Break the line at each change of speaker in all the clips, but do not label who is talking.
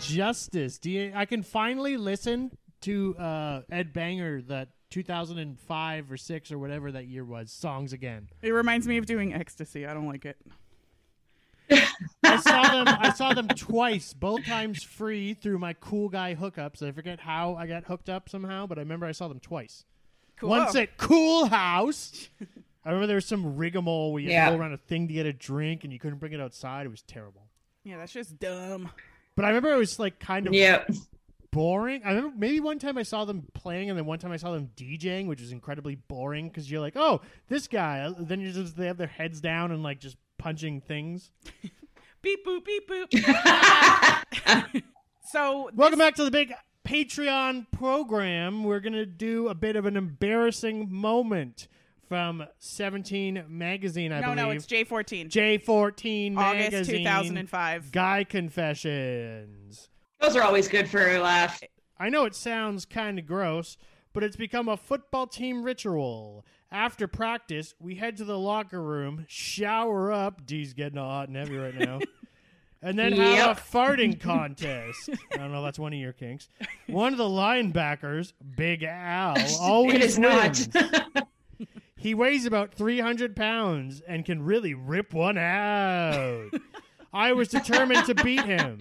justice. Do you, I can finally listen to uh, Ed Banger that 2005 or six or whatever that year was songs again.
It reminds me of doing ecstasy. I don't like it.
I saw them. I saw them twice, both times free through my cool guy hookups. I forget how I got hooked up somehow, but I remember I saw them twice.
Cool.
Once at Cool House. I remember there was some rigmarole where you had to
Yeah.
go around a thing to get a drink and you couldn't bring it outside. It was terrible.
yeah, that's just dumb.
But I remember it was like kind of
Yep.
boring. I remember maybe one time I saw them playing, and then one time I saw them DJing, which was incredibly boring because you're like, oh, this guy. Then you just they have their heads down and like just punching things.
Beep boop beep boop. so
Welcome back to the big Patreon program. We're gonna do a bit of an embarrassing moment from 17 magazine, I
no,
believe.
no, it's J fourteen.
J14
August
magazine.
two thousand and five.
Guy confessions.
Those are always good for a laugh.
I know it sounds kind of gross, but it's become a football team ritual. After practice, we head to the locker room, shower up. D's getting all hot and heavy right now. And then have a farting contest. I don't know, that's one of your kinks. One of the linebackers, Big Al, always
it is
wins.
not.
He weighs about 300 pounds and can really rip one out. I was determined to beat him.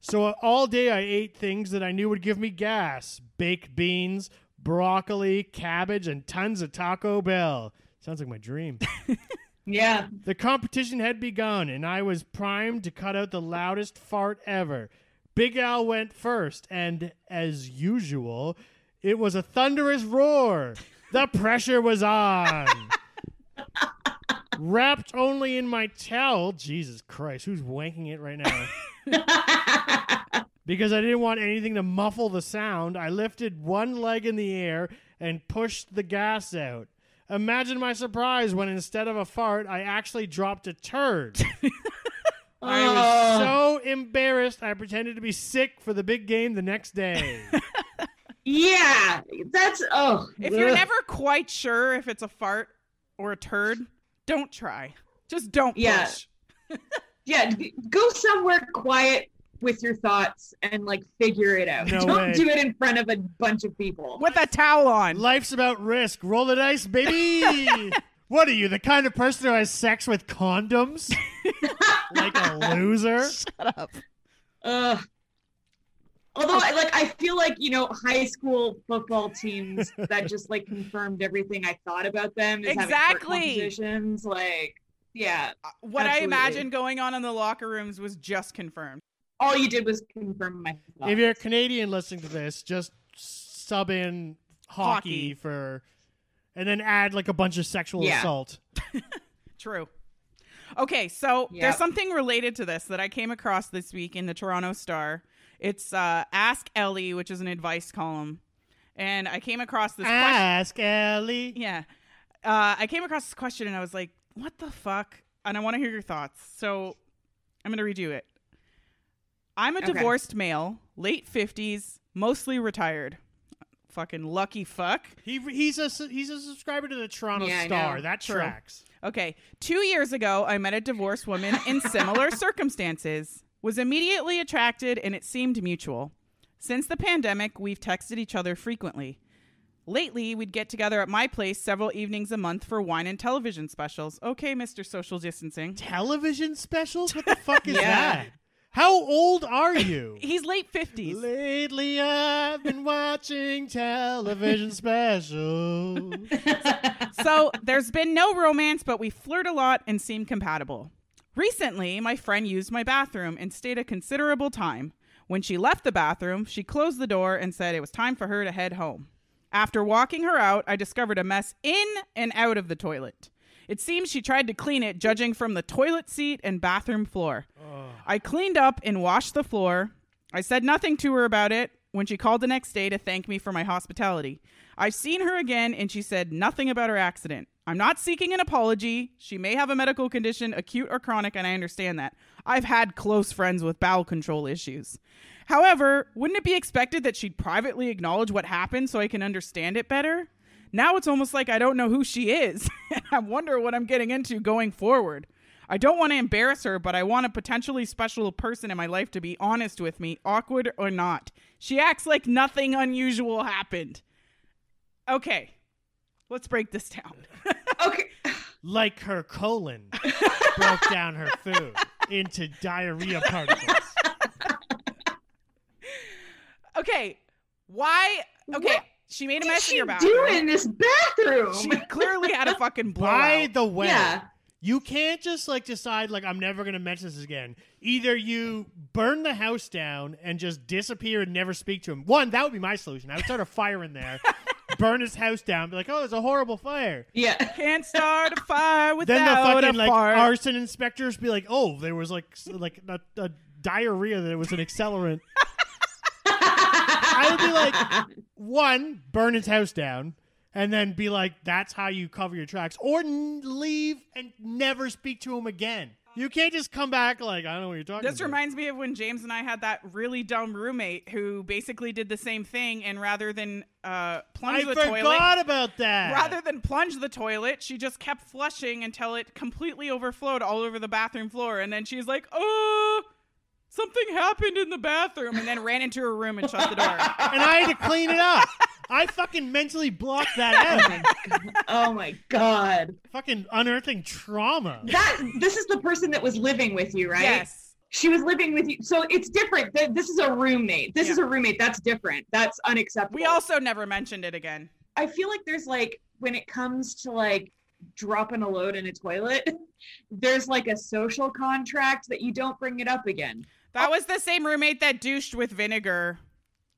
So uh, all day I ate things that I knew would give me gas baked beans, broccoli, cabbage, and tons of Taco Bell. Sounds like my dream.
yeah.
The competition had begun, and I was primed to cut out the loudest fart ever. Big Al went first, and as usual, it was a thunderous roar. The pressure was on. Wrapped only in my towel, Jesus Christ, who's wanking it right now? because I didn't want anything to muffle the sound, I lifted one leg in the air and pushed the gas out. Imagine my surprise when instead of a fart, I actually dropped a turd. I was so
Oh,
embarrassed, I pretended to be sick for the big game the next day.
yeah. That's oh.
If you're
ugh.
never quite sure if it's a fart or a turd, don't try. Just don't
Yeah.
push.
yeah, g- go somewhere quiet with your thoughts and like figure it out.
No
Don't
way.
do it in front of a bunch of people.
With a towel on.
Life's about risk. Roll the dice, baby. what are you, the kind of person who has sex with condoms? like a loser?
Ugh. Although, I, like, I feel like you know, high school football teams that just like confirmed everything I thought about them. Is having fart
Exactly.
competitions, like, yeah,
what I
Absolutely.
imagine going on in the locker rooms was just confirmed.
all you did was confirm my thoughts.
If you're a Canadian listening to this, just sub in hockey,
Hockey.
for. And then add like a bunch of sexual
Yeah.
assault.
True. Okay, so
Yep.
there's something related to this that I came across this week in the Toronto Star. It's uh, Ask Ellie, which is an advice column. And I came across this
Ah.
question.
Ask Ellie.
Yeah. Uh, I came across this question and I was like, what the fuck? And I want to hear your thoughts. So I'm going to redo it. I'm a
Okay.
divorced male, late 50s, mostly retired. Fucking lucky fuck.
He he's a su- he's a subscriber to the Toronto
Yeah, I
Star.
know.
That
True.
tracks.
Okay. Two years ago, I met a divorced woman in similar circumstances, was immediately attracted, and it seemed mutual. Since the pandemic, we've texted each other frequently. Lately, we'd get together at my place several evenings a month for wine and television specials. Okay, Mr. Social Distancing.
Television specials? What the fuck is
Yeah.
that? How old are you?
He's late 50s.
Lately, I've been watching television specials.
so there's been no romance, but we flirt a lot and seem compatible. Recently, my friend used my bathroom and stayed a considerable time. When she left the bathroom, she closed the door and said it was time for her to head home. After walking her out, I discovered a mess in and out of the toilet. It seems she tried to clean it, judging from the toilet seat and bathroom floor. I cleaned up and washed the floor. I said nothing to her about it when she called the next day to thank me for my hospitality. I've seen her again and she said nothing about her accident. I'm not seeking an apology. She may have a medical condition, acute or chronic, and I understand that. I've had close friends with bowel control issues. However, wouldn't it be expected that she'd privately acknowledge what happened so I can understand it better? Now it's almost like I don't know who she is. and I wonder what I'm getting into going forward. I don't want to embarrass her, but I want a potentially special person in my life to be honest with me, awkward or not. She acts like nothing unusual happened. Okay, let's break this down.
Okay.
Like her colon broke down her food into diarrhea particles.
Okay, why? Okay,
What
she made a
What is
mess in
she
your bathroom.
doing in this bathroom?
She clearly had a fucking
By
blowout.
the way,
yeah.
you can't just like decide like I'm never gonna mention this again. Either you burn the house down and just disappear and never speak to him. One, that would be my solution. I would start a fire in there, burn his house down, be like, oh, it's a horrible fire.
Yeah.
Can't start a fire
Then the
without
fucking
a
like
fart.
arson inspectors be like, oh, there was like s- like a, a diarrhea that was an accelerant. I would be like, one, burn his house down, and then be like, that's how you cover your tracks, or n- leave and never speak to him again. You can't just come back like I don't know what you're talking.
This
about.
reminds me of when James and I had that really dumb roommate who basically did the same thing, and rather than uh, plunge
I
the
forgot
toilet,
about that.
rather than plunge the toilet, she just kept flushing until it completely overflowed all over the bathroom floor, and then she's like, "Oh, something happened in the bathroom," and then ran into her room and shut the door.
and I had to clean it up. I fucking mentally blocked that out.
oh my god.
fucking unearthing trauma.
That this is the person that was living with you, right?
Yes,
She was living with you. So it's different. Th- This is a roommate. This is
Yeah.
a roommate. That's different. That's unacceptable.
we also never mentioned it again.
I feel like there's like when it comes to like dropping a load in a toilet, there's like a social contract that you don't bring it up again.
That was the same roommate that douched with vinegar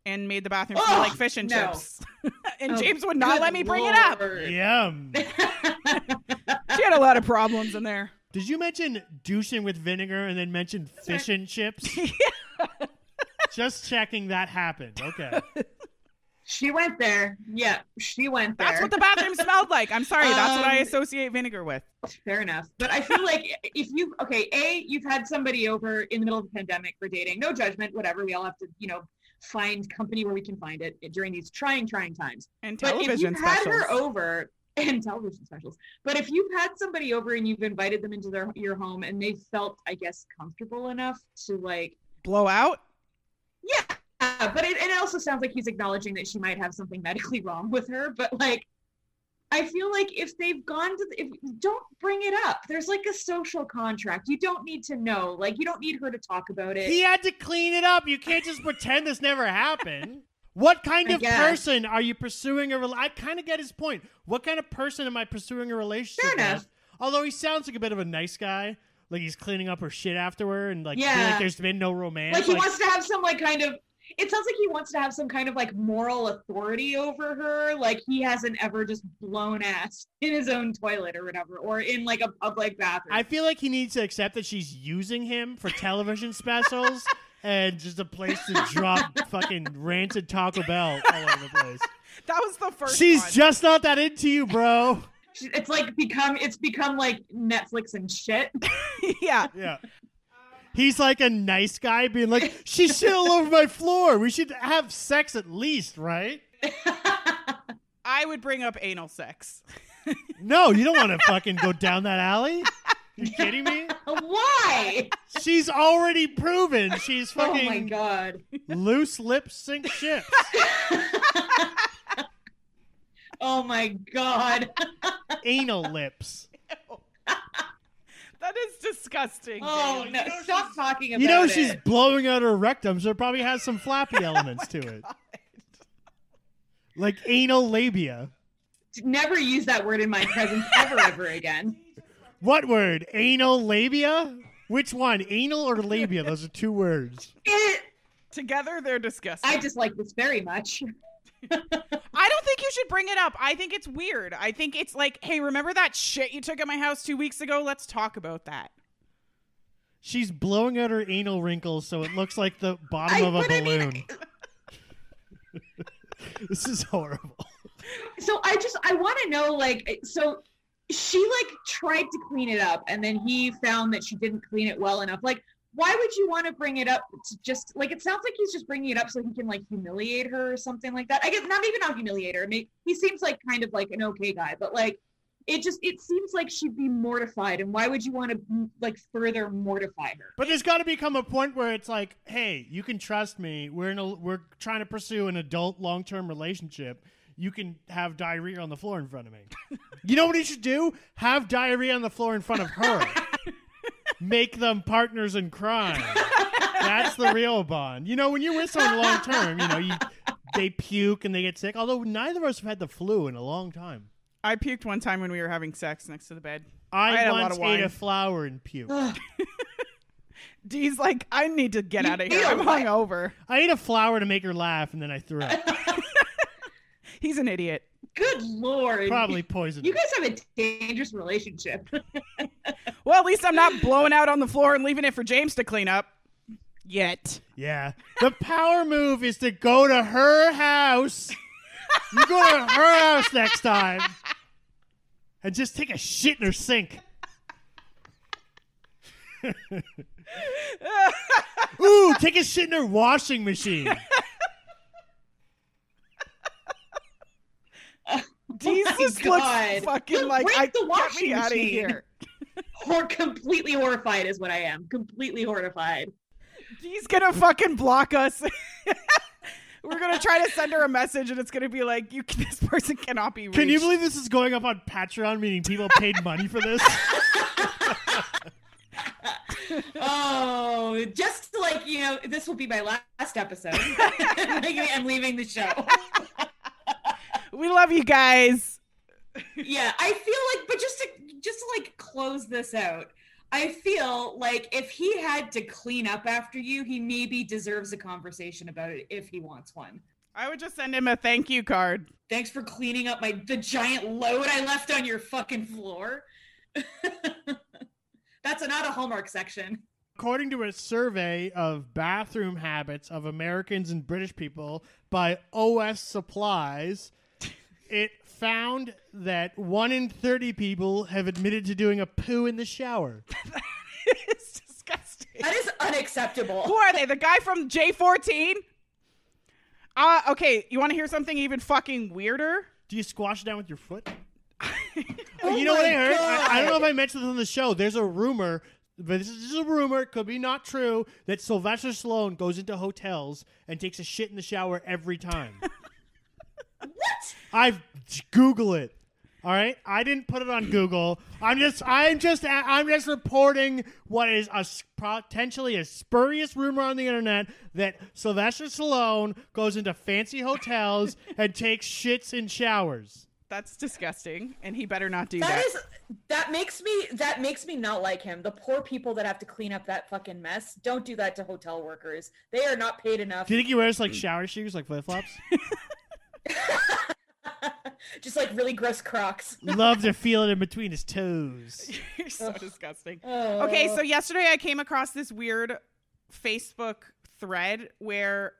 and made the bathroom smell
Ugh,
like fish and
no.
chips. and
Oh,
James would not
good
let me bring it up.
Lord.
Yum.
She had a lot of problems in there.
Did you mention douching with vinegar and then mention fish and chips? Just checking that happened. Okay.
She went there. Yeah, she went there.
That's what the bathroom smelled like. I'm sorry. That's what I
Um,
associate vinegar with.
Fair enough. But I feel like if you okay, A, you've had somebody over in the middle of the pandemic for dating, no judgment, whatever. We all have to, you know, find company where we can find it during these trying, trying times.
And
But if
television
you've had
specials.
her over and television specials, but if you've had somebody over and you've invited them into their your home and they felt, I guess, comfortable enough to like
Blow out?
uh, but it, and it also sounds like he's acknowledging that she might have something medically wrong with her. But like, I feel like if they've gone to, the, if don't bring it up. There's like a social contract. You don't need to know. Like, you don't need her to talk about it.
He had to clean it up. You can't just pretend this never happened. What kind
I
of
guess.
person are you pursuing a rel- I kind of get his point. What kind of person am I pursuing a
Fair
relationship
enough.
with? Although he sounds like a bit of a nice guy, like he's cleaning up her shit after her and like, feel
Yeah.
like there's been no romance.
like, he wants to have some like kind of. It sounds like he wants to have some kind of like moral authority over her. Like he hasn't ever just blown ass in his own toilet or whatever, or in like a public bathroom.
I feel like he needs to accept that she's using him for television specials and just a place to drop fucking rancid Taco Bell all over the place.
That was the first
she's
one.
just not that into you, bro.
it's like become it's become like Netflix and shit.
yeah.
Yeah. He's like a nice guy being like, she's shit all over my floor. We should have sex at least, right?
I would bring up anal sex.
No, you don't want to fucking go down that alley. You kidding me?
Why?
She's already proven she's
Oh my
fucking
god.
loose lips sink ships.
Oh my god.
Anal lips.
That is disgusting.
Oh
James.
no. Stop talking about
you know
it. Oh
she's blowing out her rectum, so it probably has some flappy elements to it, like anal labia.
never use that word in my presence ever ever again.
What word? Anal labia? Which one? Anal or labia? Those are two words.
It,
Together they're disgusting.
I dislike this very much.
I don't think you should bring it up. I think it's weird. I think it's like, hey, remember that shit you took at my house two weeks ago? Let's talk about that.
She's blowing out her anal wrinkles, so it looks like the bottom
I-
of a
but I mean-
balloon. this is horrible.
So I just I want to know like eh, so she like tried to clean it up and then he found that she didn't clean it well enough. Like why would you want to bring it up to just like it sounds like he's just bringing it up so he can like humiliate her or something like that. I guess not even not humiliate her. I mean, he seems like kind of like an okay guy, but like it just it seems like she'd be mortified, and why would you want to like further mortify her?
But there's got to become a point where it's like, hey, you can trust me. We're in a, we're trying to pursue an adult long term relationship. You can have diarrhea on the floor in front of me. you know what he should do? Have diarrhea on the floor in front of her. Make them partners in crime. That's the real bond. You know, when you're with someone long term, you know you they puke and they get sick. Although neither of us have had the flu in a long time.
I puked one time when we were having sex next to the bed. I
I,
had a lot
once
of
ate
wine.
a flower and puke.
Dee's like, I need to get
You
out of here.
feel
I'm
like-
hungover.
I ate a flower to make her laugh, and then I threw up.
He's an idiot.
Good lord.
Probably poisoned.
You guys have a dangerous relationship.
Well, at least I'm not blowing out on the floor and leaving it for James to clean up. Yet.
Yeah. The power move is to go to her house. You go to her house next time and just take a shit in her sink. Ooh, take a shit in her washing machine.
Dee's
Oh my
just
God.
looks fucking
Look,
like,
break
I
the
get me
washing
out of
machine."
here.
Hor- completely horrified is what I am. Completely horrified.
Dee's gonna fucking block us. We're gonna try to send her a message, and it's gonna be like, "You, this person cannot be reached."
Can you believe this is going up on Patreon, meaning people paid money for this?
Oh, just like, you know, this will be my last episode. I'm leaving the show.
We love you guys.
yeah i feel like but just to just to like close this out i feel like if he had to clean up after you he maybe deserves a conversation about it if he wants one
I would just send him a thank you card.
thanks for cleaning up my the giant load i left on your fucking floor that's not a hallmark section
According to a survey of bathroom habits of Americans and British people by OS Supplies, it found that one in 30 people have admitted to doing a poo in the shower.
it's disgusting.
that is unacceptable
Who are they? The guy from J14? Uh, okay, you want to hear something even fucking weirder?
Do you squash it down with your foot?
Oh
you know what I
my
heard? I, I don't know
God.
if I mentioned this on the show. There's a rumor, but this is just a rumor, could be not true, that Sylvester Stallone goes into hotels and takes a shit in the shower every time.
what
I've Google it. All right, I didn't put it on Google. I'm just, I'm just, I'm just reporting what is a s- potentially a spurious rumor on the internet that Sylvester Stallone goes into fancy hotels and takes shits in showers.
That's disgusting, and he better not do that.
That is that makes me that makes me not like him. The poor people that have to clean up that fucking mess. Don't do that to hotel workers. They are not paid enough.
Do you think he wears like shower shoes, like flip flops?
Just like really gross Crocs.
Love to feel it in between his toes.
You're so disgusting.
Oh.
Okay, so yesterday I came across this weird Facebook thread where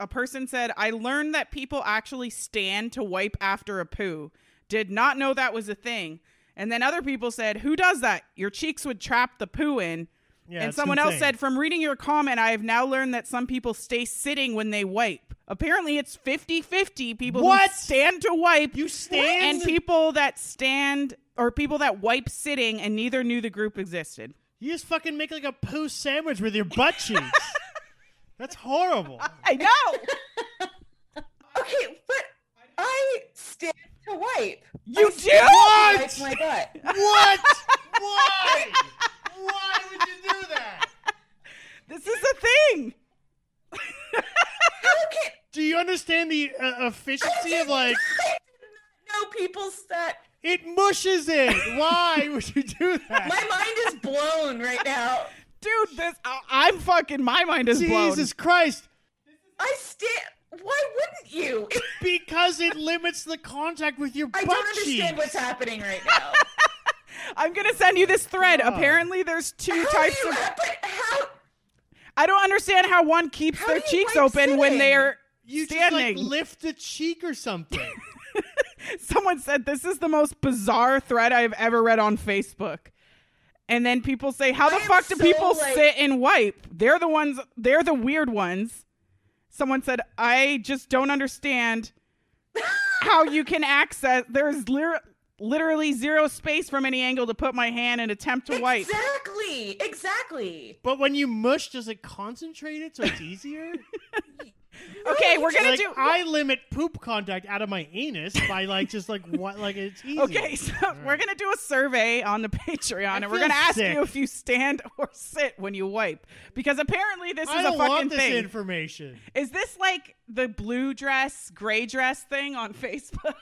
a person said, I learned that people actually stand to wipe after a poo. Did not know that was a thing. And then other people said, Who does that? Your cheeks would trap the poo in.
Yeah,
and
it's
someone else
insane.
said, From reading your comment, I have now learned that some people stay sitting when they wipe. Apparently, it's 50 50 people
What?
who stand to wipe
"You stand."
and people that stand or people that wipe sitting and neither knew the group existed.
you just fucking make like a poo sandwich with your butt cheeks. That's horrible.
I know.
okay, but I stand to wipe.
You
I
do?
stand
What?
to Wipe my butt.
What? Why? Why would you do that?
This is a thing.
Okay.
Do you understand the uh, efficiency of like
No people that
it mushes it? Why would you do that?
my mind is blown right now.
Dude, this I, I'm fucking my mind is blown.
Jesus Christ!
I stand why wouldn't you?
Because it limits the contact with your
I
butt
don't understand
cheeks.
what's happening right now.
I'm going to send you this thread.
God.
Apparently there's two
How do
types
you
of
but how
I don't understand how one keeps
How
their
do you
cheeks
wipe
open when
sitting?
they're
you
standing.
just like lift a cheek or something.
Someone said this is the most bizarre thread I've ever read on Facebook. And then people say, "How the
I am
fuck do
so,
people
like-
sit and wipe? They're the ones. They're the weird ones." Someone said, "I just don't understand how you can access. There's lir- literally zero space from any angle to put my hand and attempt to wipe.
Exactly. Exactly.
But when you mush, does it concentrate it so it's easier?
Okay, we're gonna
like,
do.
I limit poop contact out of my anus by like just like what like it's easy.
Okay, so we're gonna do a survey on the Patreon,
I
and we're
feel
gonna ask
sick.
you if you stand or sit when you wipe, because apparently this is
I
a
don't
fucking
want this
thing.
information.
is this like the blue dress, gray dress thing on Facebook?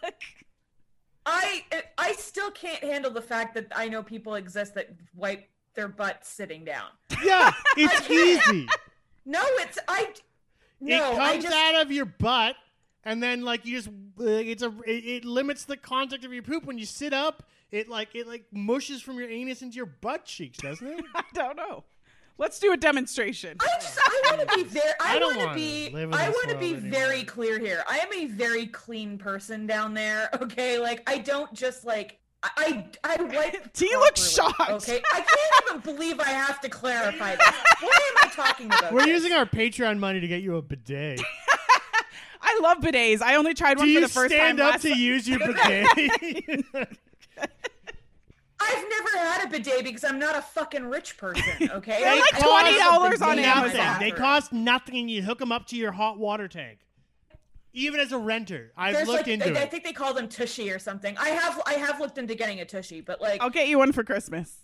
I I still can't handle the fact that I know people exist that wipe their butt sitting down.
Yeah, it's easy.
No, it's I. No,
it
I
comes
just
out of your butt, and then like you just uh, it's a it, it limits the contact of your poop when you sit up. It like it like mushes from your anus into your butt cheeks, doesn't it?
I don't know. Let's do a demonstration.
I just I want to be very I,
I don't
want to
wanna
be
live in
I
this
want to
world
be
anymore.
very clear here. I am a very clean person down there. Okay, like I don't just like I I, I wipe.
T looked
properly,
shocked.
Okay, I can't even believe I have to clarify this. What am I talking about?
We're
here?
using our Patreon money to get you a bidet.
I love bidets. I only tried one
Do
for
you
the first
stand
time
up
last
to use your bidet?
I've never had a bidet because I'm not a fucking rich person. Okay,
They're
I
like
don't
$20
have a
on
bidet in my
Amazon.
nothing. They
bathroom.
cost nothing, and you hook them up to your hot water tank. Even as a renter, I've
There's
looked
like,
into
I, I
it.
think they call them tushy or something. I have I have looked into getting a tushy, but like
I'll get you one for Christmas.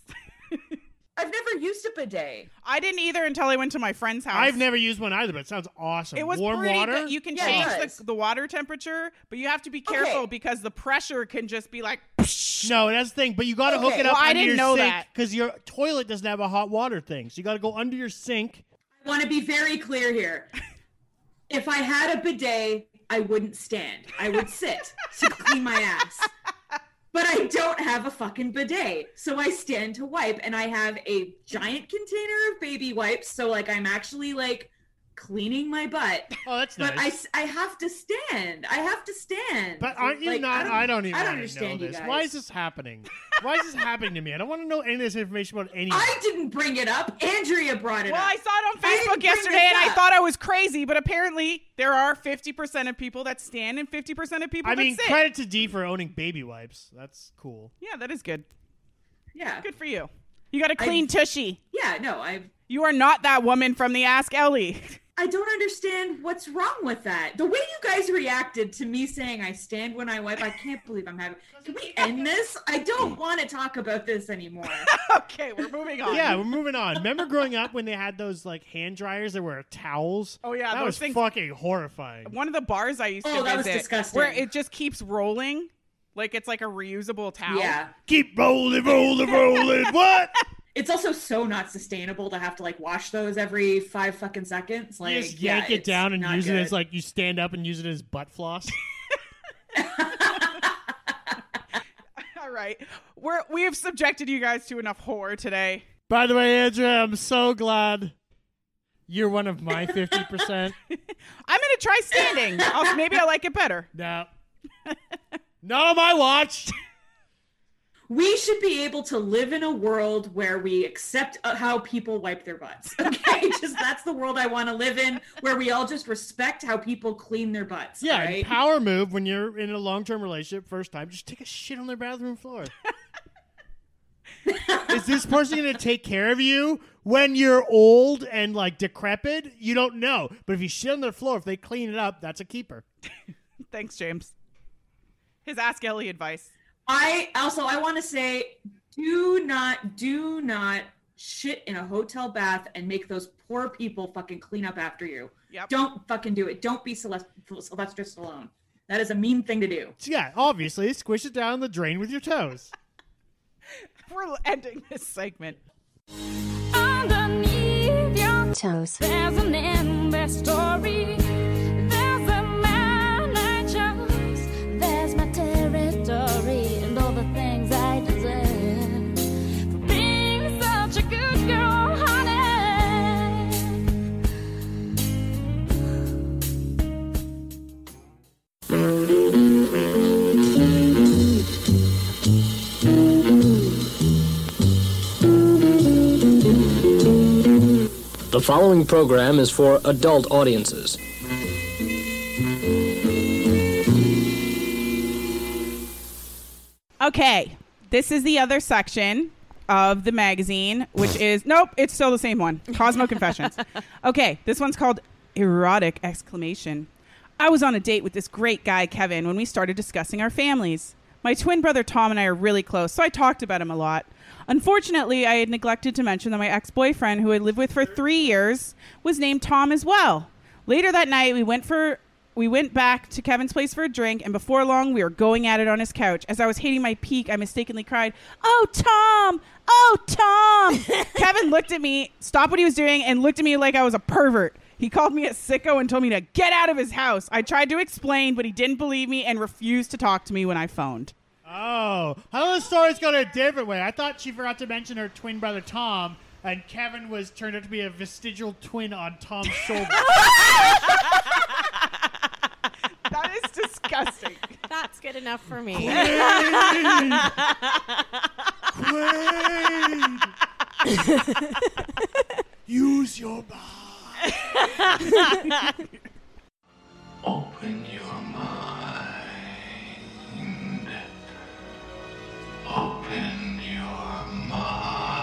I've never used a bidet.
I didn't either until I went to my friend's house.
I've never used one either, but it sounds awesome.
It was
warm
pretty
water.
good. You can
Yeah, it
change
does.
the, the water temperature, but you have to be careful
Okay.
because the pressure can just be like. psh.
No, that's the thing. But you got to hook
Okay,
it up
well, I
under
didn't
your
know
sink
that.
because your toilet doesn't have a hot water thing. So you got to go under your sink.
I want to be very clear here. If I had a bidet, I wouldn't stand. I would sit to clean my ass. But I don't have a fucking bidet. So I stand to wipe and I have a giant container of baby wipes. So like I'm actually like cleaning my butt.
Oh, that's
But I
nice.
s- I, have to stand. I have to stand.
But aren't you
Like,
not? I don't, even
I don't
wanna
understand
know
you
this.
guys.
Why is this happening? Why is this happening to me? I don't want to know any of this information about anything.
I didn't bring it up. Andrea brought it
Well,
up.
I saw it on
I didn't bring
Facebook
this
yesterday, and I
up.
thought I was crazy. But apparently, there are fifty percent of people that stand and fifty percent of people
I
that
mean,
sit.
credit to D for owning baby wipes. That's cool.
yeah, that is good.
yeah.
Good for you. You got a clean tushy.
Yeah, no, I
You are not that woman from the Ask Ellie.
I don't understand what's wrong with that. The way you guys reacted to me saying I stand when I wipe, I can't believe I'm having. Can we end this? I
Hmm.
don't want to talk about this anymore.
okay, we're moving on.
Yeah, we're moving on. Remember growing up when they had those like hand dryers that were towels?
Oh, yeah,
that
those
was
things-
fucking horrifying.
One of the bars I used
Oh,
to
that was
visit
disgusting.
where it just keeps rolling, like it's like a reusable towel.
yeah,
Keep rolling, rolling, rolling. what?
it's also so not sustainable to have to like wash those every five fucking seconds. Like,
you just yank
yeah,
it down
it's
and
not
use
good.
it as like you stand up and use it as butt floss.
All right, we're we have subjected you guys to enough horror today.
By the way, Andrea, I'm so glad you're one of my 50%.
I'm gonna try standing. I'll, maybe I like it better.
no. Not on my watch.
we should be able to live in a world where we accept uh, how people wipe their butts. Okay, just that's the world I want to live in, where we all just respect how people clean their butts.
Yeah, and
right?
power move when you're in a long term relationship first time, just take a shit on their bathroom floor. Is this person going to take care of you when you're old and like decrepit? You don't know. But if you shit on their floor, if they clean it up, that's a keeper.
Thanks, James. His Ask Ellie advice.
I also I want to say do not do not shit in a hotel bath and make those poor people fucking clean up after you.
Yep.
Don't fucking do it. Don't be Sylvester, Sylvester Stallone. That is a mean thing to do.
So yeah, obviously, squish it down the drain with your toes.
We're ending this segment.
Underneath your
toes.
there's an endless story. There's a man I chose. There's my territory and all the things I deserve for being such a good girl, honey.
The following program is for adult audiences.
Okay, this is the other section of the magazine, which is nope, it's still the same one. Cosmo Confessions. Okay, this one's called Erotic Exclamation. I was on a date with this great guy, Kevin, when we started discussing our families. My twin brother Tom and I are really close, so I talked about him a lot. Unfortunately, I had neglected to mention that my ex boyfriend, who I lived with for three years, was named Tom as well. Later that night, we went for we went back to Kevin's place for a drink, and before long, we were going at it on his couch. As I was hitting my peak, I mistakenly cried, "Oh, Tom! Oh, Tom!" Kevin looked at me, stopped what he was doing, and looked at me like I was a pervert. He called me a sicko and told me to get out of his house. I tried to explain, but he didn't believe me and refused to talk to me when I phoned.
Oh, I thought the story's going a different way. I thought she forgot to mention her twin brother Tom, and Kevin was turned out to be a vestigial twin on Tom's shoulder.
That is disgusting.
That's good enough for me.
Quaid! Quaid! Use your mind.
Open your mind. Open your mind.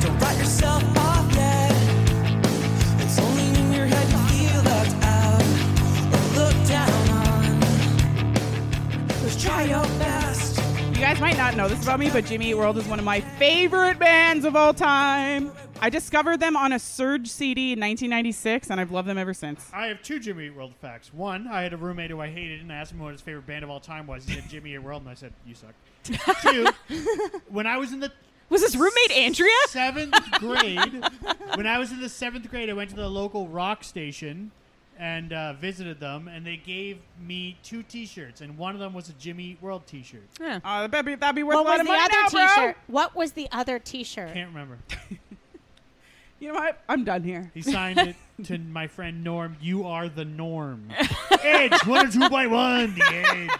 Don't write yourself off yet. It's only in your head you feel left out or looked down on. Just try your best.
You guys might not know this about me, but Jimmy Eat World is one of my favorite bands of all time. I discovered them on a Surge CD in 1996, and I've loved them ever since.
I have two Jimmy Eat World facts. One, I had a roommate who I hated, and I asked him what his favorite band of all time was. He said Jimmy Eat World, and I said, "You suck." two, when I was in the
Was this roommate Andrea?
seventh grade, when I was in the seventh grade, I went to the local rock station and uh, visited them, and they gave me two T-shirts, and one of them was a Jimmy Eat World T-shirt.
Uh, that'd, be, that'd be worth
What
a lot
was
of
the
money
other
now, bro.
T-shirt? What was the other T-shirt?
Can't remember.
You know what? I'm done here.
He signed it to my friend Norm. You are the norm. Edge one or two by one. The edge.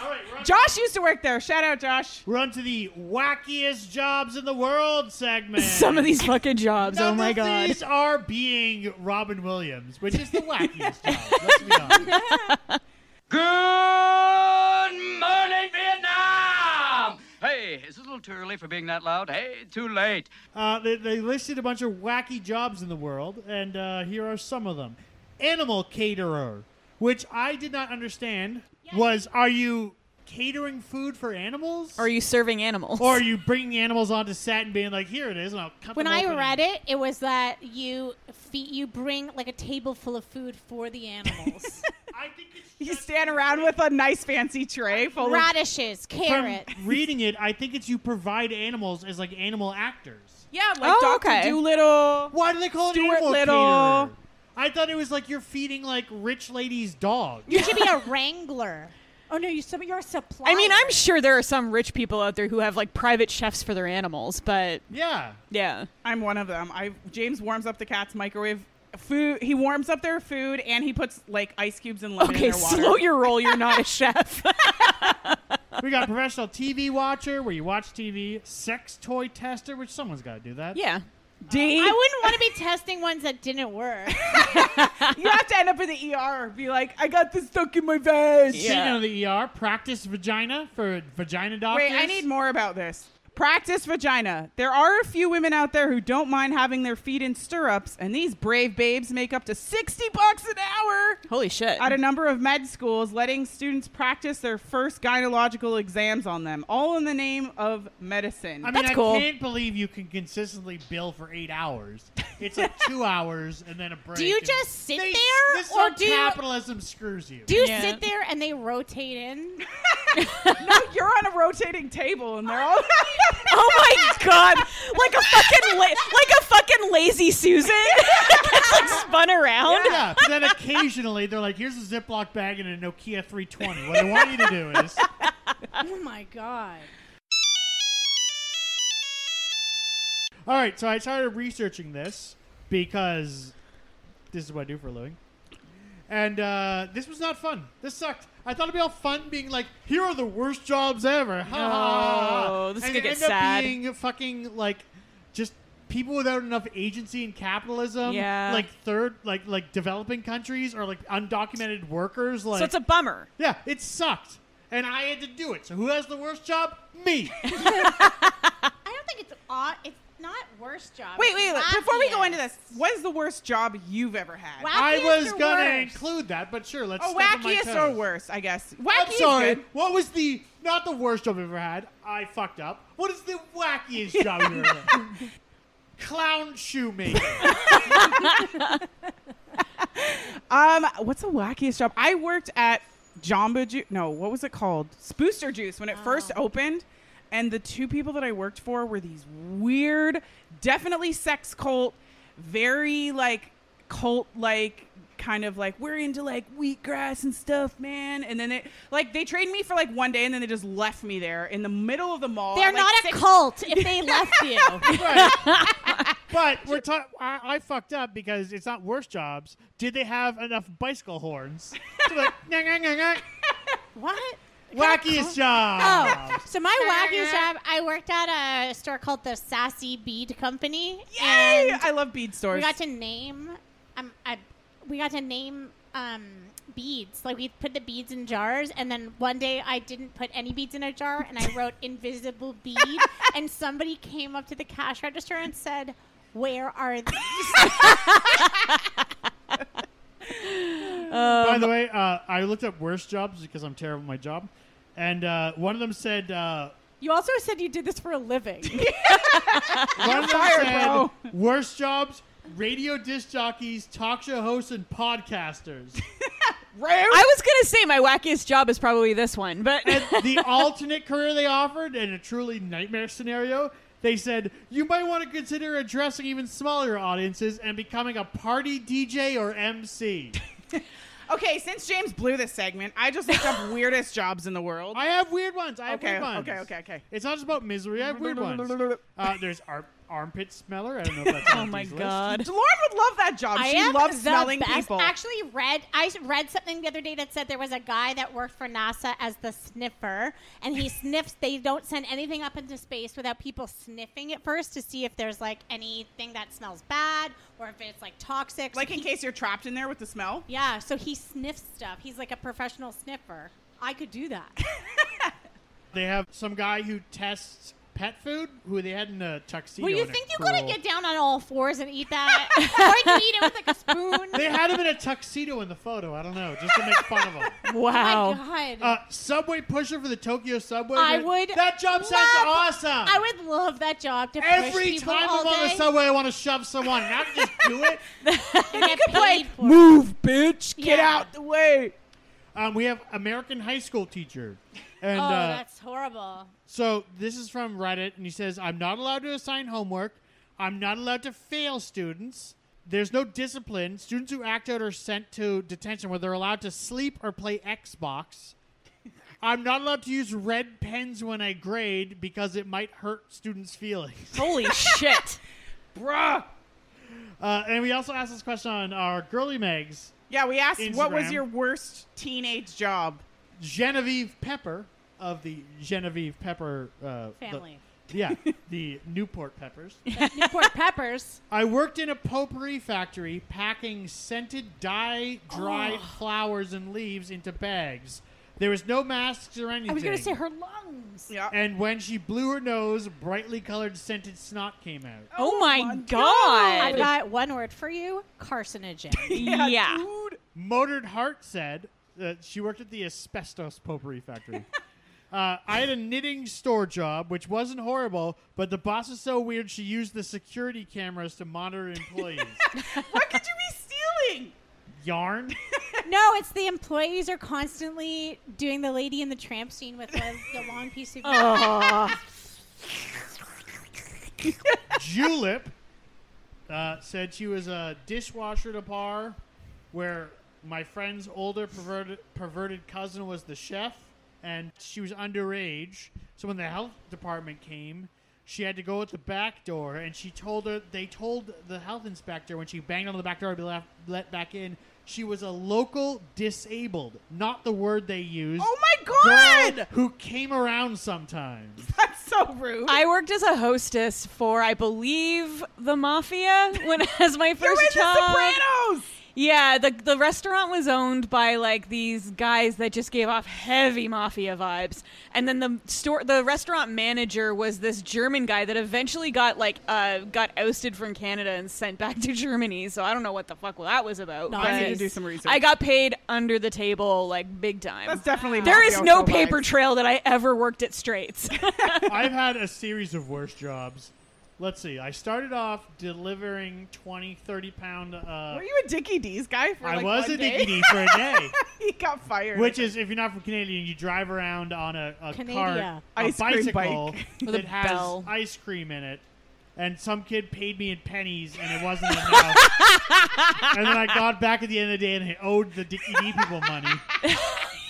All right, we're on,
Josh used to work there. Shout out, Josh.
we're on to the wackiest jobs in the world segment.
Some of these fucking jobs.
None
oh my
of
god.
These are being Robin Williams, which is the wackiest job. Let's be honest.
Good morning, Vietnam! Hey, is it a little too early for being that loud? Hey, too late.
Uh, they, they listed a bunch of wacky jobs in the world, and uh, here are some of them: animal caterer, which I did not understand. Was are you catering food for animals?
Are you serving animals?
Or are you bringing animals onto set and being like, here it is, and I'll cut
when
them
I
open
read
and-
it, it was that you feed, you bring like a table full of food for the animals.
I think it's
You
just
stand around with a nice fancy tray
Oh,
full of.
Radishes, carrots.
From reading it, I think it's you provide animals as like animal actors.
Yeah, like
Oh,
Doctor
okay.
Doolittle.
Why do they call it
Stuart
animal
Little.
caterer? I thought it was like you're feeding like rich ladies' dogs.
You should be a wrangler. Oh no, you some you're a supplier.
I mean, I'm sure there are some rich people out there who have like private chefs for their animals, but
Yeah.
yeah.
I'm one of them. I James warms up the cat's microwave food. He warms up their food and he puts like ice cubes and lemon
Okay,
in their water.
slow your roll. You're not a chef.
We got professional TV watcher where you watch TV, sex toy tester, which someone's got to do that.
yeah.
D.
I wouldn't want to be testing ones that didn't work.
you have to end up in the ER. Be like, I got this stuck in my veg.
Speaking of the ER, practice vagina for vagina doctors.
Wait, I need more about this. Practice vagina. There are a few women out there who don't mind having their feet in stirrups, and these brave babes make up to 60 bucks an hour.
Holy shit.
At a number of med schools, letting students practice their first gynecological exams on them, all in the name of medicine.
I mean,
That's
I
cool.
can't believe you can consistently bill for eight hours. It's like two hours and then a break.
you
and-
just sit
They-
there,
this is
or
how
do you-
capitalism screws you?
Do you
Yeah.
sit there and they rotate in?
no, you're on a rotating table, and they're all.
oh my god. Like a fucking la- like a fucking lazy Susan gets like spun around.
yeah, but then occasionally they're like, "Here's a Ziploc bag and a Nokia 320." What I want you to do is
oh my god.
All right, so I started researching this because this is what I do for a living. And uh, this was not fun. This sucked. I thought it'd be all fun being like, here are the worst jobs ever. Ha, ha, ha, ha.
No, this is
and
gonna
it
get
ended
sad.
up being fucking like just people without enough agency in capitalism.
Yeah.
Like third, like like developing countries or like undocumented workers. Like
so it's a bummer.
yeah, it sucked. And I had to do it. So who has the worst job? Me.
I don't think it's odd. It's not worst job.
Wait,
It's
wait, wait, before we go
wackiest.
into this, what is the worst job you've ever had?
Wack-
I was
or
gonna
worst?
include that, but sure, let's.
Oh,
step on my
wackiest
toes.
or worst, I guess. Wacky
I'm sorry.
is good.
What was the not the worst job I've ever had? I fucked up. What is the wackiest job I've ever had? Clown shoemaker.
Um, what's the wackiest job? I worked at Jamba Juice. No, what was it called? Spooster Juice when it first opened. And the two people that I worked for were these weird, definitely sex cult, very like cult like kind of like we're into like wheatgrass and stuff, man. And then it like they trained me for like one day and then they just left me there in the middle of the mall.
They're
at, like,
not a
six-
cult if they left you.
Right. but we're talking. I fucked up because it's not worst jobs. Did they have enough bicycle horns? So like, nah, nah, nah, nah.
what?
Wackiest job.
Oh, so my wackiest job, I worked at a store called the Sassy Bead Company.
Yay!
and
I love bead stores.
we got to name, um, I, we got to name um, beads. Like we put the beads in jars, and then one day I didn't put any beads in a jar, and I wrote invisible bead, and somebody came up to the cash register and said, "Where are these?"
Um,
By the way, uh, I looked up worst jobs because I'm terrible at my job, and uh, one of them said. Uh,
you also said you did this for a living.
One of them
fired,
said,
bro.
worst jobs: radio disc jockeys, talk show hosts, and podcasters.
I was gonna say my wackiest job is probably this one, but
And the alternate career they offered, and a truly nightmare scenario. They said you might want to consider addressing even smaller audiences and becoming a party DJ or MC.
okay, since James blew this segment, I just looked up weirdest jobs in the
Oh
world.
I have weird ones. I have
okay,
weird ones.
okay, okay, okay.
It's not just about misery. I have weird ones. Uh, there's ar- armpit smeller. I don't know if that's
oh
on
my
Dee's
god.
Lauren would love that job.
I
Um, she
am
loves
the
smelling
best.
people.
Actually, read I s- read something the other day that said there was a guy that worked for NASA as the sniffer, and he sniffs. They don't send anything up into space without people sniffing it first to see if there's like anything that smells bad or if it's like toxic. So
like in
he-
case you're trapped in there with the smell.
yeah. So he sniffs stuff. He's like a professional sniffer. I could do that.
They have some guy who tests pet food, who they had in a tuxedo.
Well, you
and a
think you couldn't
cool-
get down on all fours and eat that, or you could eat it with like a spoon.
They had him in a tuxedo in the photo. I don't know, just to make fun of him.
Wow.
Oh my god.
Uh, subway pusher for the Tokyo subway.
I would
That job sounds
love-
awesome.
I would love that job to push
Every
people
time
all
I'm on the
day
subway, I want to shove someone. Not just do it.
and get paid for it.
Move, bitch. Get
Yeah.
out the way.
Um, we have American high school teacher, and
oh,
uh,
that's horrible.
so this is from Reddit, and he says, "I'm not allowed to assign homework. I'm not allowed to fail students." There's no discipline. Students who act out are sent to detention where they're allowed to sleep or play Xbox. I'm not allowed to use red pens when I grade because it might hurt students' feelings.
Holy shit.
Bruh.
Uh, and we also asked this question on our girly mags.
Yeah, we asked what was
Instagram.
your worst teenage job?
Genevieve Pepper of the Genevieve Pepper uh, the-
Family.
yeah, the Newport Peppers.
Newport Peppers.
I worked in a potpourri factory packing scented dye dried flowers and leaves into bags. There was no masks or anything.
I was going to say her lungs.
Yeah.
And when she blew her nose, brightly colored scented snot came out.
Oh, my
I've
god.
got one word for you carcinogen.
Yeah.
Dude.
Motored Heart said that she worked at the asbestos potpourri factory. uh, I had a knitting store job, which wasn't horrible, but the boss is so weird she used the security cameras to monitor employees.
What could you be stealing?
Yarn?
no, it's the employees are constantly doing the lady in the tramp scene with the, the long piece of.
Oh.
Julep uh, said she was a dishwasher at a bar where my friend's older perverted, perverted cousin was the chef, and she was underage. So when the health department came, she had to go at the back door, and she told her they told the health inspector when she banged on the back door to be left, let back in, She was a local disabled, not the word they used.
Oh my
girl
god!
Who came around sometimes.
That's so rude.
I worked as a hostess for, I believe, the Mafia when as my
You're
first
in The
job.
Sopranos.
Yeah, the the restaurant was owned by like these guys that just gave off heavy mafia vibes. And then the store the restaurant manager was this German guy that eventually got like uh got ousted from Canada and sent back to Germany. So I don't know what the fuck that was about.
No, I need to
but
do some research.
I got paid under the table like big time.
That's definitely
there is
mafioso
no
vibes.
paper trail that I ever worked at Straits.
I've had a series of worse jobs. Let's see. I started off delivering 20, 30 pound. Uh,
Were you a Dickie D's guy for
I
like
was
one
a
day?
diggity for a day.
he got fired.
Which is, if you're not from Canadian, you drive around on a, a cart,
Canadia.
a
Ice cream
bicycle
bike.
With a
that has
bell.
ice cream in it. And some kid paid me in pennies, and it wasn't enough. and then I got back at the end of the day, and I owed the Dickie D people money.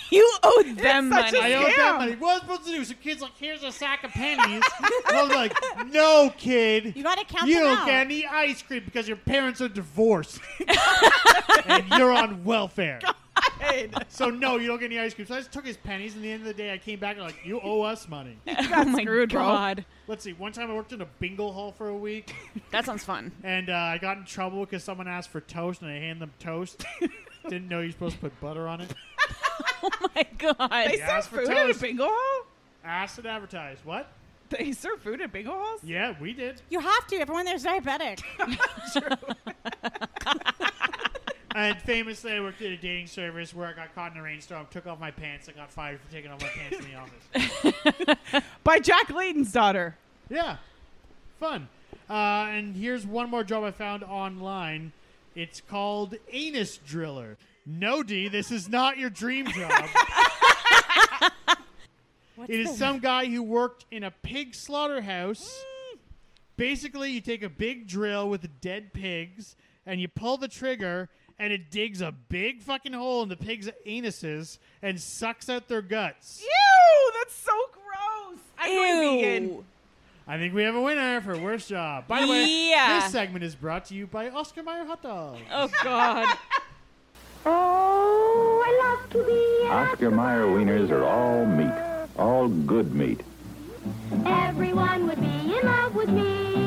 you owed them
such a
money.
I
Damn.
owed them money. What was I supposed to do? So kids like, here's a sack of pennies. and I was like, no, kid.
You gotta count
You
them
don't
out.
get any ice cream because your parents are divorced and you're on welfare. So no, you don't get any ice cream. So I just took his pennies, and at the end of the day, I came back and like, you owe us money.
oh my
screwed, bro.
god.
Let's see. One time I worked in a bingo hall for a week,
That sounds fun.
and uh, I got in trouble because someone asked for toast, and I handed them toast. Didn't know you're supposed to put butter on it.
Oh my god.
they
Yeah,
serve
ask for
food at a
toast.
bingo hall.
Asked and advertised. What?
They serve food at bingo halls.
Yeah, we did.
You have to. Everyone there's diabetic.
And famously, I worked at a dating service where I got caught in a rainstorm, took off my pants, and got fired for taking off my pants in the office.
By Jack Layton's daughter.
Yeah, fun. Uh, and here's one more job I found online. It's called anus driller. No, D, this is not your dream job. it is some guy who worked in a pig slaughterhouse. Basically, you take a big drill with dead pigs and you pull the trigger and it digs a big fucking hole in the pigs' anuses and sucks out their guts.
Ew, that's so gross. I'm going vegan.
Ew.
I think we have a winner for worst job. By the way,
Yeah.
this segment is brought to you by Oscar Mayer Hot Dog.
Oh god.
Oscar Mayer wieners are all meat, all good meat.
Everyone would be in love with me.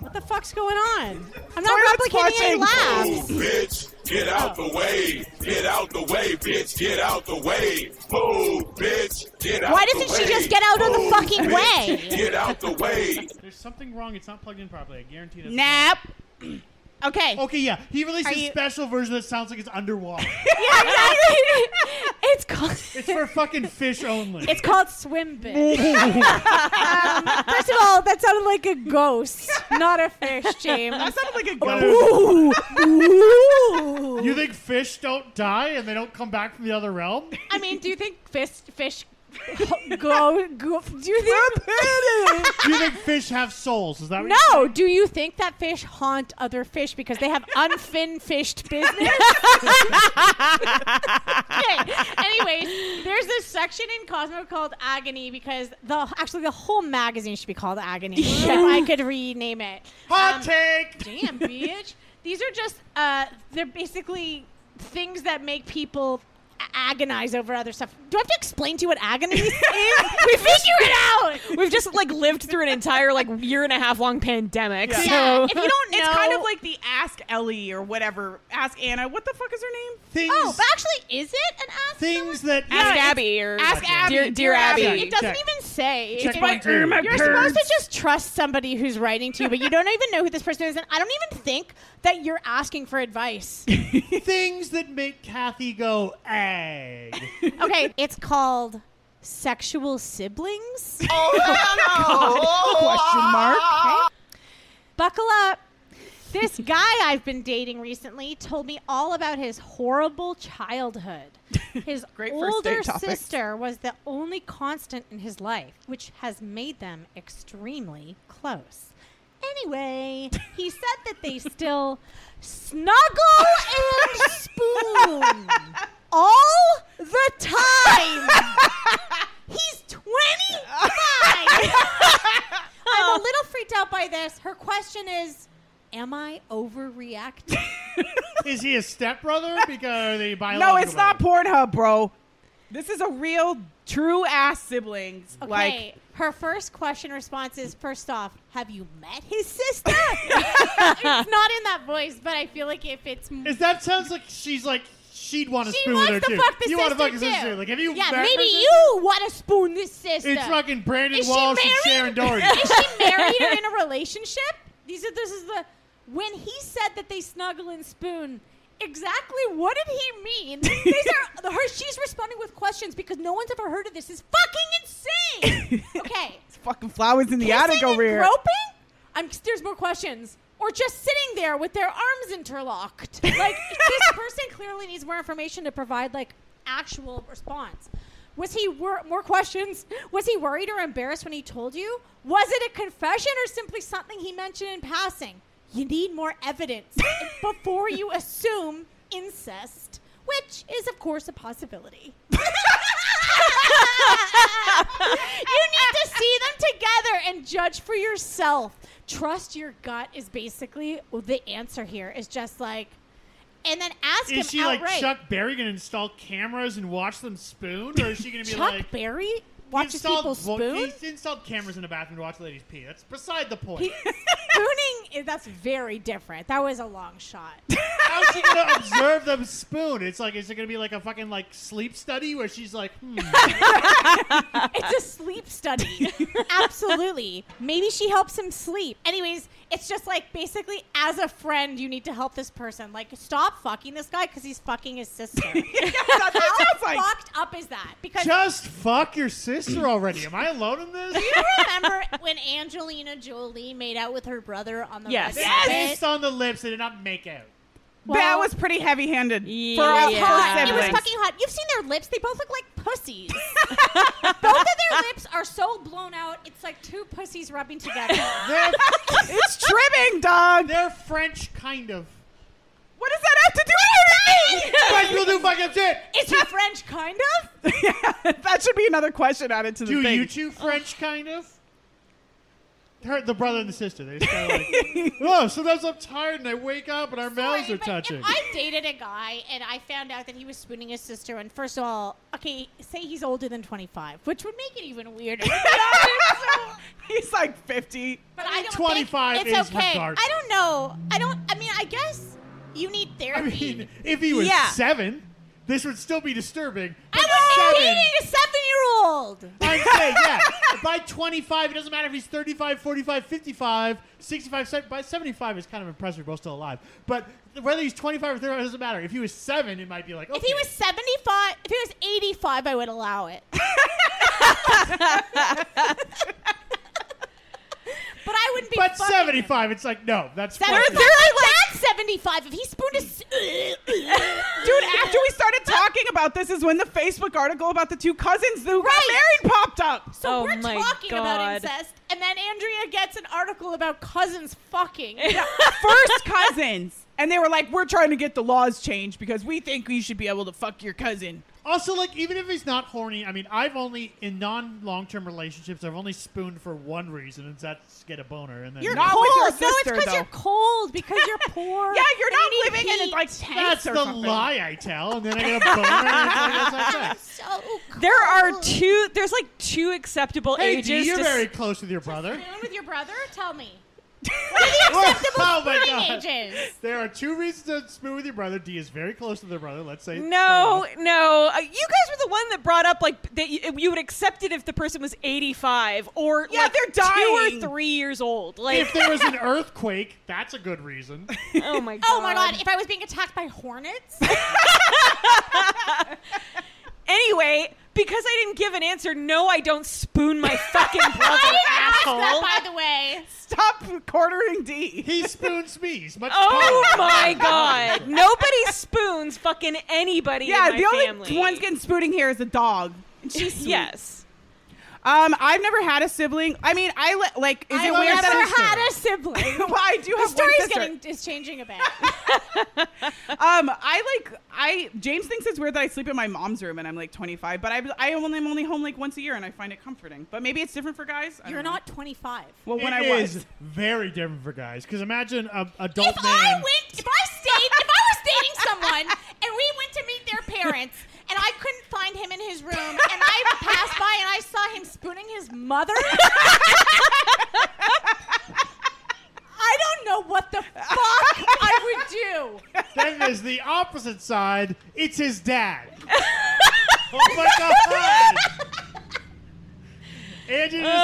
What the fuck's going on? I'm not
Toilet's
replicating any
flushing.
laughs.
Bitch, get out the way. Get out the way, bitch. Get out the way. Move, bitch. Get out
Why
the way.
doesn't she just get out of the
Move,
fucking
bitch.
way?
Get out the way.
There's something wrong. It's not plugged in properly. I guarantee that's
Nap. Okay.
Okay, yeah. He released
Are
a
you-
special version that sounds like it's underwater.
Yeah, exactly. it's called.
it's for fucking fish only.
It's called swim bit. Um, first of all, that sounded like a ghost, not a fish, James.
That sounded like a
But
goat.
it-
Ooh.
you think fish don't die and they don't come back from the other realm?
I mean, do you think fish fish go, go do you think
Do you think fish have souls? Is that what
No, do you think that fish haunt other fish because they have unfin fished business? okay. Anyways, there's this section in Cosmo called Agony because the actually the whole magazine should be called Agony. If I could rename it.
Hot
Um,
take!
Damn, bitch. These are just uh, they're basically things that make people a- agonize over other stuff. Do I have to explain to you what agony is? we figure it out.
We've just like lived through an entire like year and a half long pandemic.
Yeah.
So
If you don't know,
It's kind of like the Ask Ellie or whatever. Ask Anna. What the fuck is her name?
Things,
oh, but actually, is it an ask?
things that.
ask
yeah,
Abby or
Ask Abby.
Dear, dear Abby.
Abby.
It doesn't
Check.
even say. It's
Check one,
like-
two.
You're supposed to just trust somebody who's writing to you, but you don't even know who this person is, and I don't even think that you're asking for advice.
Things that make Kathy go, egg.
Okay, it's called sexual siblings.
Oh, Question mark.
Buckle up. This guy I've been dating recently told me all about his horrible childhood. His
Great first
older
date topics.
sister was the only constant in his life, which has made them extremely close. Anyway, he said that they still snuggle and spoon all the time. He's 25. I'm
Oh.
a little freaked out by this. Her question is, am I overreacting?
Is he a stepbrother? Because are they biological?
No, it's not Pornhub, bro. This is a real, true ass siblings.
Okay.
Like,
her first question response is first off, have you met his sister? it's not in that voice, but I feel like if it's
Is that sounds like she's like she'd want to
she
spoon
wants
her
to
too.
fuck the
you
sister
want to fuck
too.
his sister? Like, have you?
Yeah,
met
maybe
her sister?
you want to spoon this sister.
It's fucking Brandon
Is she
Walsh and Sharon
married?
Doherty.
Is she married or in a relationship? These are this is the when he said that they snuggle and spoon. Exactly what did he mean? These are her. She's responding with questions because no one's ever heard of this. Is fucking insane. Okay,
it's fucking flowers in the attic
Kissing
over
and
here.
Groping? I'm there's more questions. Or just sitting there with their arms interlocked. Like this person clearly needs more information to provide like actual response. Was he wor- more questions? Was he worried or embarrassed when he told you? Was it a confession or simply something he mentioned in passing? You need more evidence before you assume incest, which is of course a possibility. you need to see them together and judge for yourself. Trust your gut is basically the answer here. Is just like, and then ask him
Is she
outright.
like Chuck Berry gonna install cameras and watch them spoon, or is she gonna be
Chuck
like
Berry
He
watches
installed
people
vo-
spoon.
He installed cameras in the bathroom to watch ladies pee. That's beside the point.
He- Spooning is that's very different. That was a long shot.
How is she gonna observe them spoon? It's like, is it gonna be like a fucking like sleep study where she's like, hmm,
it's a sleep study. Absolutely. Maybe she helps him sleep. Anyways, it's just like basically as a friend, you need to help this person. Like, stop fucking this guy because he's fucking his sister. How
like-
fucked up is that? Because
just fuck your sister already? Am I alone in this?
do you remember when Angelina Jolie made out with her brother on the
Yes.
red
Yes.
carpet?
Kissed on the lips, they did not make out.
that
Well-
was pretty heavy-handed for
It
all
was
her
hot. It
siblings.
was fucking hot. You've seen their lips; they both look like pussies. both of their lips are so blown out; it's like two pussies rubbing together.
They're,
it's trimming, dog.
they're French, kind of.
What does that have to do with
French people do fucking shit.
Is he French, kind of?
anything? that should be another question added to the
Do
thing.
you two French, kind of? Her, the brother and the sister. They just kind of like, oh, sometimes I'm tired and I wake up and our mouths
Sorry,
are
but
touching.
If I dated a guy and I found out that he was spooning his sister, and first of all, okay, say he's older than 25, which would make it even weirder.
He's like 50.
But I don't
25
think it's
is
okay.
regardless.
I don't know. I don't. I mean, I guess you need
I
therapy.
mean, if he was
Yeah.
seven, this would still be disturbing.
I
But
was
seven,
dating a seven-year-old.
I'm saying, yeah. By 25, it doesn't matter if he's 35, 45, 55, 65, se- by 75 is kind of impressive. We're both still alive. But whether he's 25 or 35, it doesn't matter. If he was seven, it might be like, okay.
If he was 75, if he was 85, I would allow it. but I wouldn't be.
but
fucking him.
75, it's like, no, that's
That
fucking-
they're like 75. If he spooned his.
Dude, after we started talking about this is when the Facebook article about the two cousins who got married popped up.
So
Oh
we're
my
talking about
God.
incest, and then Andrea gets an article about cousins fucking.
First cousins. And they were like, we're trying to get the laws changed because we think you should be able to fuck your cousin.
Also, like, even if he's not horny, I mean, I've only, in non long term relationships, I've only spooned for one reason, and that's get a boner. And then
You're
cold.
Not with your
no, it's
sister,
because you're
though.
cold, because you're poor.
Yeah, you're
and
not
you need
living in
heat.
like tents
That's
or
the
something.
lie I tell, and then I get a boner. and it's like, it's like that.
So cold.
There are two. There's like two acceptable
Hey,
ages.
Dee, you're
to s-
very close with your brother.
Spoon with your brother? Tell me.
oh my
Spooning
god!
ages.
There are two reasons to spoon with your brother. D is very close to their brother. Let's say Um,
No, no. Uh, you guys were the one that brought up like that you, you would accept it if the person was 85 or
Yeah,
like,
they're
two
dying.
or three years old.
If
Like,
there was an earthquake, that's a good reason.
oh my god.
Oh my god, if I was being attacked by hornets?
Anyway, because I didn't give an answer, no, I don't spoon my fucking brother, asshole.
That, by the way.
Stop quartering D.
He spoons me. He's much
Oh
taller.
my god. Nobody spoons fucking anybody
Yeah,
in my
the only
family.
one's getting spooting here is the dog.
Yes.
Um, I've never had a sibling. I mean, I li- like. Is it
I've
weird
never
that
had a sibling.
well, I do
the
have one
story's
sister.
getting is changing a bit.
um, I like I James thinks it's weird that I sleep in my mom's room and I'm like 25, but I I only am only home like once a year and I find it comforting. But maybe it's different for guys. I
You're
don't know.
not 25.
Well, when I
It
was.
is very different for guys because imagine a adult
If I
man.
went, if I stayed, if I was dating someone and we went to meet their parents and I couldn't find him in his room and I passed by and I saw him spooning his mother. I don't know what the fuck I would do.
then there's the opposite side. It's his dad. oh my god! Angie just
Oh.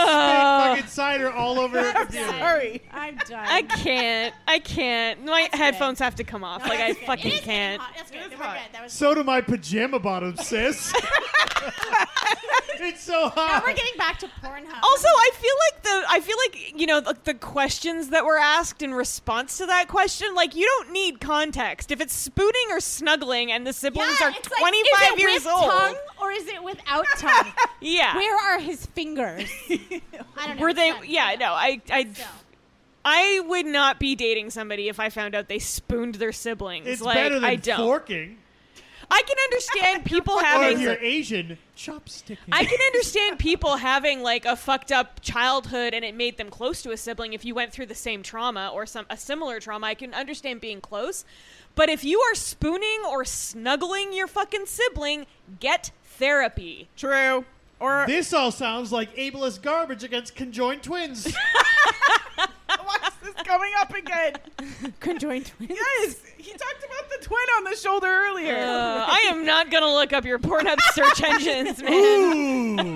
spit fucking cider all over her computer.
Sorry.
I'm done.
I can't. I can't. My headphones have to come off. like I fucking can't.
That's good. We're good. That was
So do my pajama bottoms, sis. it's so
Now
hot.
we're getting back to Pornhub.
Also, I feel like the I feel like you know the, the questions that were asked in response to that question. Like you don't need context if it's spooning or snuggling, and the siblings
Yeah,
are
it's like,
25
is it
years
with
old.
tongue or is it without tongue?
Yeah,
Where are his fingers? I don't know.
were they?
It's
Yeah, no, I I. I would not be dating somebody if I found out they spooned their siblings.
it's
like
better than
I don't.
forking.
I can understand people
Or if
having
you're Asian, chopsticking.
I can understand people having like a fucked up childhood and it made them close to a sibling if you went through the same trauma or some a similar trauma. I can understand being close. But if you are spooning or snuggling your fucking sibling, get therapy.
True. Or
This all sounds like ableist garbage against conjoined twins.
why is this coming up again?
Conjoined twins.
Yes, he talked about the twin on the shoulder
Uh,
earlier.
I am not gonna look up your Pornhub search engines,
Ooh.
man.